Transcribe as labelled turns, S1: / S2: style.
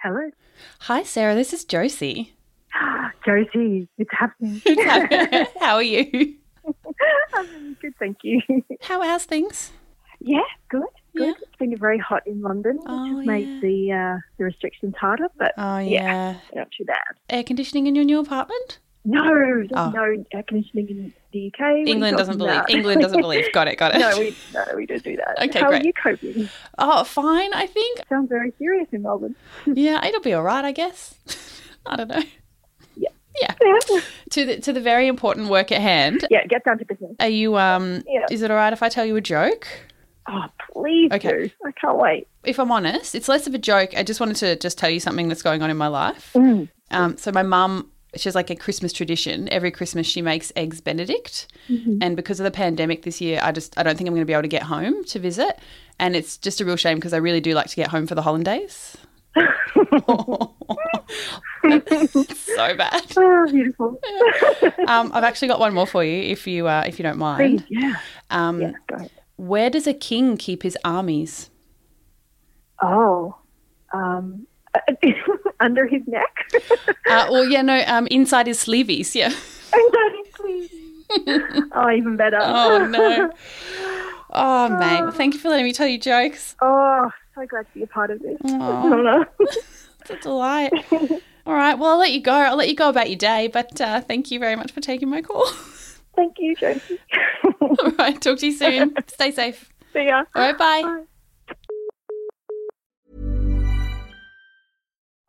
S1: Hello.
S2: Hi, Sarah. This is Josie.
S1: Josie, it's happening.
S2: How are you?
S1: I'm good, thank you.
S2: How how's things?
S1: Yeah, good. Good.
S2: Yeah.
S1: It's been very hot in London, which
S2: Oh,
S1: has made
S2: yeah.
S1: the uh, the restrictions harder, but
S2: Oh
S1: Yeah.
S2: yeah.
S1: not too bad.
S2: Air conditioning in your new apartment?
S1: No, there's
S2: Oh.
S1: no air conditioning in the UK. What are you
S2: England doesn't
S1: talking
S2: believe.
S1: about?
S2: England doesn't believe. Got it. Got it.
S1: no, we no, we don't do that.
S2: Okay,
S1: How
S2: great.
S1: are you coping?
S2: oh, fine. I think.
S1: Sounds very serious in Melbourne.
S2: Yeah, it'll be all right. I guess. I don't know. To the to the very important work at hand.
S1: yeah, get down to business.
S2: Are you um?
S1: Yeah.
S2: Is it all right if I tell you a joke?
S1: Oh, please
S2: Okay.
S1: do. I can't wait.
S2: If I'm honest, it's less of a joke. I just wanted to just tell you something that's going on in my life.
S1: Mm.
S2: Um, so my mum, she's like a Christmas tradition. Every Christmas she makes eggs Benedict,
S1: Mm-hmm.
S2: and because of the pandemic this year, I just I don't think I'm going to be able to get home to visit, and it's just a real shame because I really do like to get home for the holidays. so bad.
S1: Oh, beautiful.
S2: Um, I've actually got one more for you, if you uh, if you don't
S1: Please,
S2: mind.
S1: yeah.
S2: Um,
S1: Yeah, go ahead.
S2: Where does a king keep his armies?
S1: Oh, um, under his neck.
S2: Uh, well, yeah, no, um, inside his sleeves. Yeah.
S1: And that is please. oh, even better.
S2: Oh no. Oh mate, well, thank you for letting me tell you jokes.
S1: Oh, so glad to be a part of this.
S2: Aw.
S1: Oh, no.
S2: It's a delight. All right. Well, I'll let you go. I'll let you go about your day, but uh, thank you very much for taking my call.
S1: Thank you, Josie.
S2: All right. Talk to you soon. Stay safe.
S1: See ya.
S2: All right. Bye.